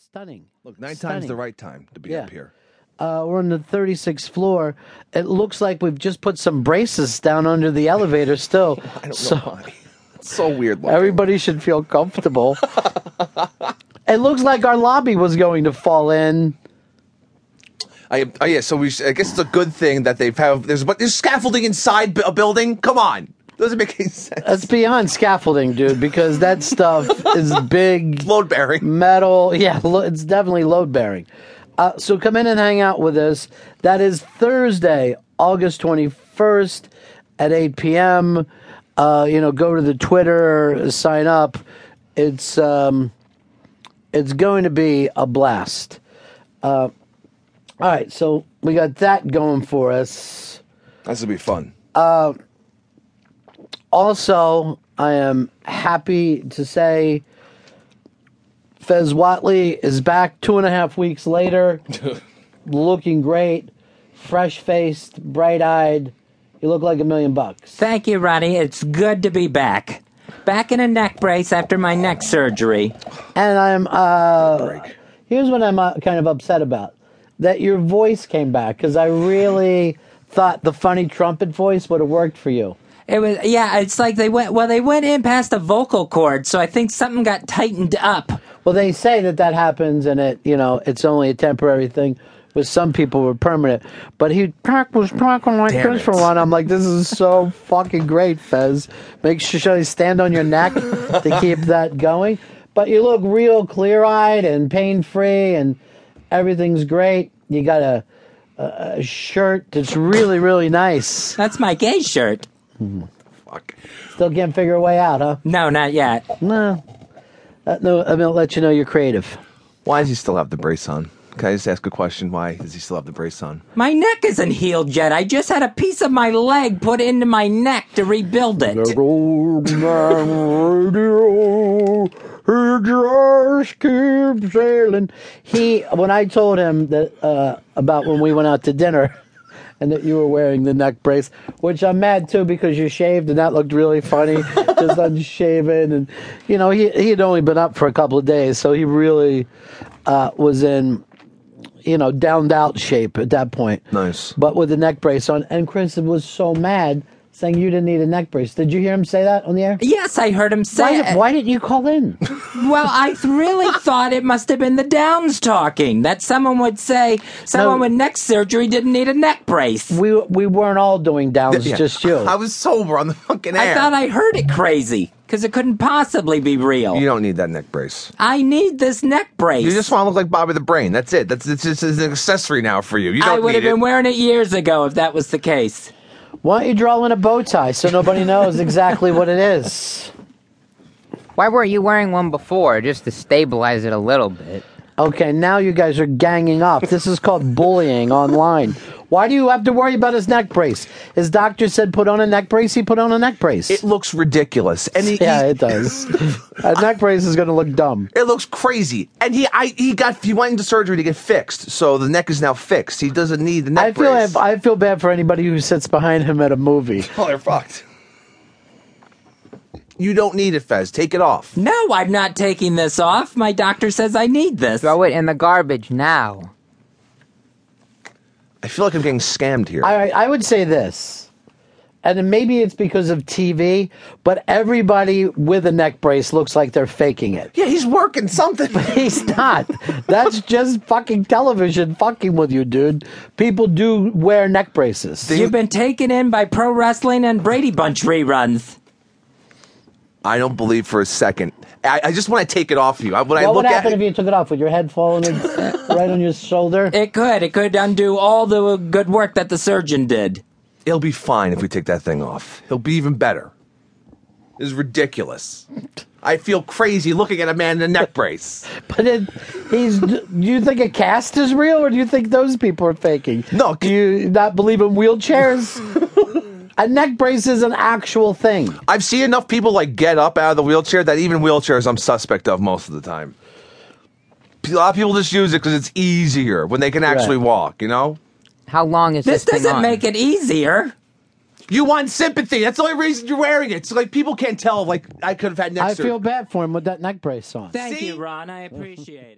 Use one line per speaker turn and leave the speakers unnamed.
stunning.
Look, nine times
Stunning.
the right time to be
Yeah.
up here.
Uh, we're on the 36th floor. It looks like we've just put some braces down under the elevator still.
I don't
so
know why. It's so weird. Looking.
everybody should feel comfortable. it looks like our lobby was going to fall in.
I, oh yeah, so we. sh- I guess it's a good thing that they've have. There's but there's scaffolding inside bu- a building. Come on, doesn't make any sense.
That's beyond scaffolding, dude, because that stuff is big
Load bearing.
metal. Yeah, lo- it's definitely load bearing. Uh, so come in and hang out with us. That is Thursday, August 21st at 8 p.m. Uh, you know, go to the Twitter, sign up. It's um, it's going to be a blast. Uh, all right, so we got that going for us.
This will be fun.
Also, I am happy to say Fez Watley is back two and a half weeks later, looking great, fresh faced, bright eyed. You look like a million bucks.
Thank you, Ronnie. It's good to be back. Back in a neck brace after my neck surgery.
And I'm, uh,
Break.
here's what I'm uh, kind of upset about that your voice came back because I really thought the funny trumpet voice would have worked for you.
It was yeah, it's like they went well they went in past the vocal cord, so I think something got tightened up.
Well, they say that that happens, and it you know it's only a temporary thing. With some people, were permanent. But he talk- was talking like
Damn
this
it.
for one. I'm like, this is so fucking great, Fez. Make sure you stand on your neck to keep that going. But you look real clear eyed and pain free, and everything's great. You got a, a, a shirt that's really really nice.
That's my gay shirt.
Fuck.
Still can't figure a way out, huh?
No, not yet.
No, Uh, no. I'm gonna let you know you're creative.
Why does he still have the brace on? Can I just ask a question? Why does he still have the brace on?
My neck isn't healed yet. I just had a piece of my leg put into my neck to rebuild it.
old man radio, he just keeps sailing. He, when I told him that uh, about when we went out to dinner, and that you were wearing the neck brace, which I'm mad too because you shaved and that looked really funny, just unshaven, and you know he he had only been up for a couple of days, so he really uh, was in. You know, downed out shape at that point
Nice.
but with the neck brace on. And Chris was so mad saying you didn't need a neck brace. Did you hear him say that on the air?
Yes, I heard him say
Why,
it.
why didn't you call in?
Well, I th- really thought it must have been the downs talking that someone would say someone
No.
with neck surgery didn't need a neck brace.
We we weren't all doing downs,
Yeah.
just you.
I was sober on the fucking air.
I thought I heard it crazy because it couldn't possibly be real.
you don't need that neck brace.
I need this neck brace.
You just want to look like Bobby the Brain. That's it. That's it's just an accessory now for you. You don't
I would
need
have been
it.
wearing it years ago if that was the case.
Why don't you draw in a bow tie so nobody knows exactly what it is?
Why were you wearing one before? Just to stabilize it a little bit.
Okay, now you guys are ganging up. This is called bullying online. Why do you have to worry about his neck brace? His doctor said put on a neck brace. He put on a neck brace.
it looks ridiculous, e and he,
yeah,
he-
it does. a neck brace is going to look dumb.
It looks crazy, and he I he got he went into surgery to get fixed, so the neck is now fixed. He doesn't need the neck
I feel
brace.
I feel bad for anybody who sits behind him at a movie.
oh, they're fucked. You don't need it, Fez. Take it off.
No, I'm not taking this off. My doctor says I need this.
Throw it in the garbage now.
I feel like I'm getting scammed here.
I I would say this, and then maybe it's because of TV, but everybody with a neck brace looks like they're faking it.
yeah, he's working something.
He's not. That's just fucking television fucking with you, dude. People do wear neck braces.
You've been taken in by pro wrestling and Brady Bunch reruns.
I don't believe for a second. I, I just want to take it off you. I, when I
what
look
would
at
happen if
it,
you took it off with your head falling in- right on your shoulder?
It could. It could undo all the good work that the surgeon did.
he'll be fine if we take that thing off. He'll be even better. This is ridiculous. I feel crazy looking at a man in a neck brace.
But it, he's. Do you think a cast is real, or do you think those people are faking?
No,
Do you not believe in wheelchairs? a neck brace is an actual thing.
I've seen enough people like get up out of the wheelchair that even wheelchairs I'm suspect of most of the time. A lot of people just use it because it's easier when they can actually
Right.
walk. You know,
How long is
This
this, thing
doesn't
on?
make it easier.
you want sympathy. That's the only reason you're wearing it. So like people can't tell. Like I could have had neck
I
surgery.
feel bad for him with that neck brace on.
Thank
See?
you, Ron. I appreciate it.